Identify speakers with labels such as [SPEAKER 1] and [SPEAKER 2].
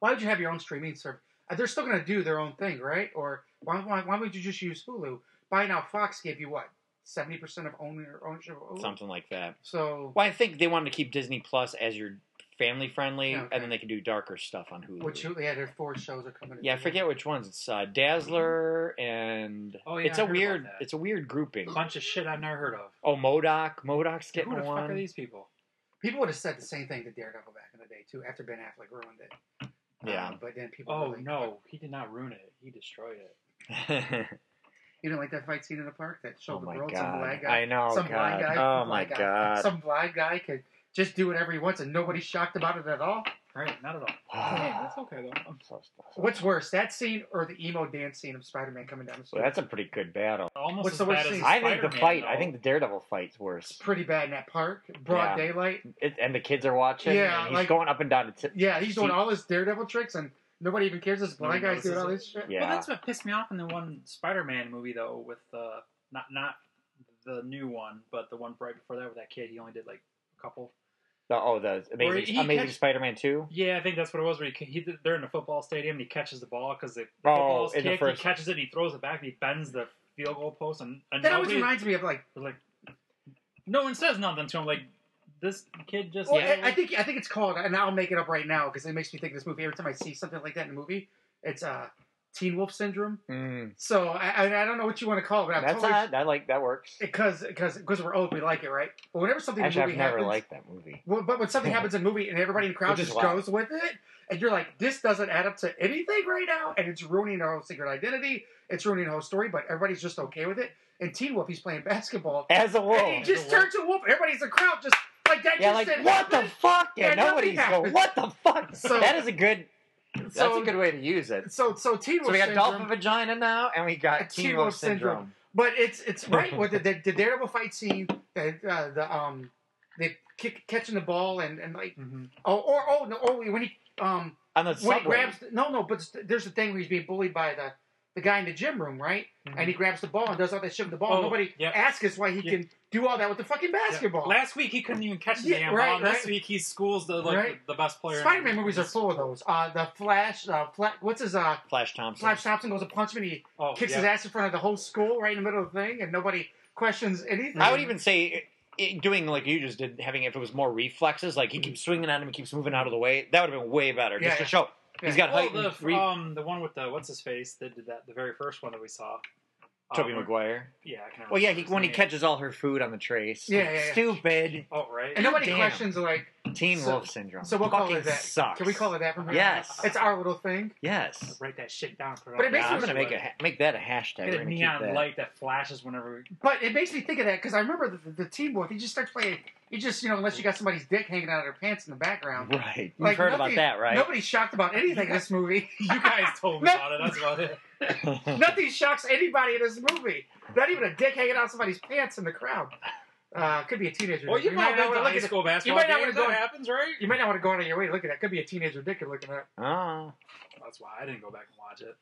[SPEAKER 1] Why would you have your own streaming service? Uh, They're still going to do their own thing, right? Or why, why, why would you just use Hulu? By now, Fox gave you what seventy percent of owner ownership of Hulu.
[SPEAKER 2] something like that.
[SPEAKER 1] So,
[SPEAKER 2] Well, I think they wanted to keep Disney Plus as your family friendly,
[SPEAKER 1] Yeah, okay.
[SPEAKER 2] and then they can do darker stuff on Hulu.
[SPEAKER 1] which yeah, their four shows are coming.
[SPEAKER 2] yeah, I forget which ones. It's uh, Dazzler and
[SPEAKER 3] Oh, yeah,
[SPEAKER 2] it's
[SPEAKER 3] I
[SPEAKER 2] a
[SPEAKER 3] heard about
[SPEAKER 2] weird,
[SPEAKER 3] that.
[SPEAKER 2] it's a weird grouping.
[SPEAKER 3] bunch of shit I've never heard of.
[SPEAKER 2] Oh, Modoc, Modoc's
[SPEAKER 3] Who
[SPEAKER 2] getting
[SPEAKER 3] the fuck are
[SPEAKER 2] one.
[SPEAKER 3] these people?
[SPEAKER 1] People would have said the same thing to Daredevil back in the day too. After Ben Affleck ruined it.
[SPEAKER 2] Yeah.
[SPEAKER 1] Um, but then people.
[SPEAKER 3] Oh
[SPEAKER 1] really-
[SPEAKER 3] no, he did not ruin it. He destroyed it.
[SPEAKER 1] You know, like that fight scene in the park that showed
[SPEAKER 2] oh
[SPEAKER 1] the
[SPEAKER 2] my
[SPEAKER 1] world some black
[SPEAKER 2] god,
[SPEAKER 1] guy,
[SPEAKER 2] I know.
[SPEAKER 1] some blind guy,
[SPEAKER 2] God. oh
[SPEAKER 1] some
[SPEAKER 2] my
[SPEAKER 1] blind guy,
[SPEAKER 2] god.
[SPEAKER 1] some blind guy could just do whatever he wants, and nobody's shocked about it at all.
[SPEAKER 3] All right, not at all. Hey, that's okay though. I'm-
[SPEAKER 2] So stuff.
[SPEAKER 1] What's worse, that scene or the emo dance scene of Spider-Man coming down the
[SPEAKER 2] Well,
[SPEAKER 1] street?
[SPEAKER 2] that's a pretty good battle.
[SPEAKER 3] Almost
[SPEAKER 1] What's
[SPEAKER 3] as
[SPEAKER 1] the worst
[SPEAKER 3] bad as
[SPEAKER 1] thing?
[SPEAKER 2] I think the
[SPEAKER 3] Spider-Man,
[SPEAKER 2] fight.
[SPEAKER 3] though.
[SPEAKER 2] I think the Daredevil fight's worse.
[SPEAKER 1] pretty bad in that park, broad
[SPEAKER 2] Yeah.
[SPEAKER 1] daylight.
[SPEAKER 2] It, and the kids are watching.
[SPEAKER 1] Yeah,
[SPEAKER 2] and he's
[SPEAKER 1] like-
[SPEAKER 2] going up and down. The t-
[SPEAKER 1] Yeah, he's doing
[SPEAKER 2] See-
[SPEAKER 1] all his Daredevil tricks, and nobody even cares. This blind
[SPEAKER 3] Nobody
[SPEAKER 1] guy's doing all this
[SPEAKER 3] notices
[SPEAKER 1] shit.
[SPEAKER 2] yeah.
[SPEAKER 3] Well, that's what pissed me off in the one Spider-Man movie though, with uh, not not the new one, but the one right before that with that kid. He only did like a couple.
[SPEAKER 2] The- oh, the
[SPEAKER 3] Where
[SPEAKER 2] amazing,
[SPEAKER 3] he
[SPEAKER 2] amazing
[SPEAKER 3] catch-
[SPEAKER 2] Spider-Man two.
[SPEAKER 3] Yeah, I think that's what it was. Where he, he they're in a football stadium and he catches the ball because the
[SPEAKER 2] Oh,
[SPEAKER 3] football is
[SPEAKER 2] in the
[SPEAKER 3] kicked.
[SPEAKER 2] first-
[SPEAKER 3] He catches it, and he throws it back, and he bends the field goal post, and, and
[SPEAKER 1] That always
[SPEAKER 3] nobody-
[SPEAKER 1] reminds me of like.
[SPEAKER 3] was like, no one says nothing to him. Like this kid just.
[SPEAKER 1] Well, I, I think I think it's called, and I'll make it up right now because it makes me think of this movie every time I see something like that in a movie. It's uh, Teen Wolf Syndrome.
[SPEAKER 2] Mm,
[SPEAKER 1] So I, I I don't know what you want to call it, but I'm
[SPEAKER 2] that's
[SPEAKER 1] totally
[SPEAKER 2] not, I like that works.
[SPEAKER 1] because because because we're old, we like it, right? But whenever something in
[SPEAKER 2] Actually,
[SPEAKER 1] a
[SPEAKER 2] I've
[SPEAKER 1] movie
[SPEAKER 2] never
[SPEAKER 1] happens,
[SPEAKER 2] liked that movie.
[SPEAKER 1] well, but when something happens in a movie and everybody in the crowd
[SPEAKER 2] Which is
[SPEAKER 1] just
[SPEAKER 2] wild.
[SPEAKER 1] goes with it, and you're like, this doesn't add up to anything right now, and it's ruining our whole secret identity, it's ruining the whole story, but everybody's just okay with it. And Teen Wolf, he's playing basketball,
[SPEAKER 2] As a
[SPEAKER 1] and he
[SPEAKER 2] wolf.
[SPEAKER 1] just
[SPEAKER 3] As a wolf.
[SPEAKER 1] turns to a wolf. Everybody's in the crowd just like that.
[SPEAKER 2] Yeah,
[SPEAKER 1] just
[SPEAKER 2] like
[SPEAKER 1] didn't
[SPEAKER 2] what the
[SPEAKER 1] happen.
[SPEAKER 2] fuck? Yeah,
[SPEAKER 1] Yeah, nothing
[SPEAKER 2] nobody's going.
[SPEAKER 1] happened.
[SPEAKER 2] What the fuck?
[SPEAKER 1] So-
[SPEAKER 2] that is a good. That's
[SPEAKER 1] So-
[SPEAKER 2] a good way to use it.
[SPEAKER 1] So so Teen Wolf
[SPEAKER 2] So we got
[SPEAKER 1] syndrome,
[SPEAKER 2] dolphin vagina now, and we got
[SPEAKER 1] Teen
[SPEAKER 2] Teen
[SPEAKER 1] Wolf
[SPEAKER 2] Wolf syndrome.
[SPEAKER 1] but it's it's right with the, the, the Daredevil fight scene, the uh, the um the kick, catching the ball and and like
[SPEAKER 3] Mhm.
[SPEAKER 1] oh or oh no oh when he um
[SPEAKER 2] On the
[SPEAKER 1] when he
[SPEAKER 2] subway.
[SPEAKER 1] grabs no no but there's the thing where he's being bullied by the the guy in the gym room right and he grabs the ball and does all that shit with the ball
[SPEAKER 3] Mm-hmm. Oh,
[SPEAKER 1] nobody
[SPEAKER 3] yeah.
[SPEAKER 1] asks us why he
[SPEAKER 3] Yeah.
[SPEAKER 1] can do all that with the fucking basketball
[SPEAKER 3] Last week he couldn't even catch the
[SPEAKER 1] Yeah,
[SPEAKER 3] damn
[SPEAKER 1] right,
[SPEAKER 3] ball. and This
[SPEAKER 1] right.
[SPEAKER 3] week he's schools the like
[SPEAKER 1] Right.
[SPEAKER 3] the best player. in-
[SPEAKER 1] Spider-Man movies are full of those uh the Flash uh Fla- what's his uh
[SPEAKER 2] Flash Thompson.
[SPEAKER 1] Flash Thompson goes to punch him and he
[SPEAKER 3] Oh,
[SPEAKER 1] kicks
[SPEAKER 3] yeah.
[SPEAKER 1] his ass in front of the whole school right in the middle of the thing and nobody questions anything
[SPEAKER 2] I would even say it, doing like you just did, having if it was more reflexes, like he keeps swinging at him and keeps moving out of the way, that would have been way better.
[SPEAKER 1] Yeah,
[SPEAKER 2] just
[SPEAKER 1] yeah.
[SPEAKER 2] to show he's got
[SPEAKER 3] Well,
[SPEAKER 2] height.
[SPEAKER 3] the,
[SPEAKER 2] and re-
[SPEAKER 3] um, the one with the what's his face that did that the very first one that we saw.
[SPEAKER 1] uh,
[SPEAKER 2] Toby
[SPEAKER 3] Um,
[SPEAKER 2] Maguire.
[SPEAKER 3] Yeah, I can't
[SPEAKER 2] Well, yeah,
[SPEAKER 3] remember
[SPEAKER 2] he,
[SPEAKER 3] his
[SPEAKER 2] when he
[SPEAKER 3] name.
[SPEAKER 2] catches all her food on the trace.
[SPEAKER 1] Yeah, yeah, yeah.
[SPEAKER 2] Stupid.
[SPEAKER 3] Oh right.
[SPEAKER 1] and nobody
[SPEAKER 2] Damn.
[SPEAKER 1] questions like
[SPEAKER 2] Teen
[SPEAKER 1] So-
[SPEAKER 2] Wolf Syndrome.
[SPEAKER 1] So we'll
[SPEAKER 2] Fucking
[SPEAKER 1] call it that.
[SPEAKER 2] Sucks.
[SPEAKER 1] Can we call it that from here? on
[SPEAKER 2] Yes.
[SPEAKER 1] out? It's our little thing.
[SPEAKER 2] Yes.
[SPEAKER 3] Write that shit down. For
[SPEAKER 1] But it
[SPEAKER 2] Yeah,
[SPEAKER 1] makes
[SPEAKER 2] I'm
[SPEAKER 1] me-
[SPEAKER 2] gonna make a ha- make that a hashtag.
[SPEAKER 3] Get
[SPEAKER 2] We're
[SPEAKER 3] a
[SPEAKER 2] gonna keep
[SPEAKER 3] neon
[SPEAKER 2] that.
[SPEAKER 3] light that flashes whenever. we-
[SPEAKER 1] But it makes me think of that because I remember the, the team wolf. He just starts playing. You just you know unless you got somebody's dick hanging out of their pants in the background.
[SPEAKER 2] Right. You've
[SPEAKER 1] Like,
[SPEAKER 2] heard
[SPEAKER 1] nothing-
[SPEAKER 2] about that, right?
[SPEAKER 1] Nobody's shocked about anything in this movie.
[SPEAKER 3] You guys told me
[SPEAKER 1] No.
[SPEAKER 3] about it. That's about it.
[SPEAKER 1] Nothing shocks anybody in this movie. Not even a dick hanging out of somebody's pants in the crowd. Uh, could be a teenager.
[SPEAKER 3] Well, you, might
[SPEAKER 1] not
[SPEAKER 3] not
[SPEAKER 1] want to look
[SPEAKER 3] want to
[SPEAKER 1] at it.
[SPEAKER 3] school basketball.
[SPEAKER 1] might not
[SPEAKER 3] games,
[SPEAKER 1] wanna go-
[SPEAKER 3] that happens, right?
[SPEAKER 1] You might not want to go out of your way to look at that. Could be a teenager dick you're looking at.
[SPEAKER 2] Ah.
[SPEAKER 3] That's why I didn't go back and watch it.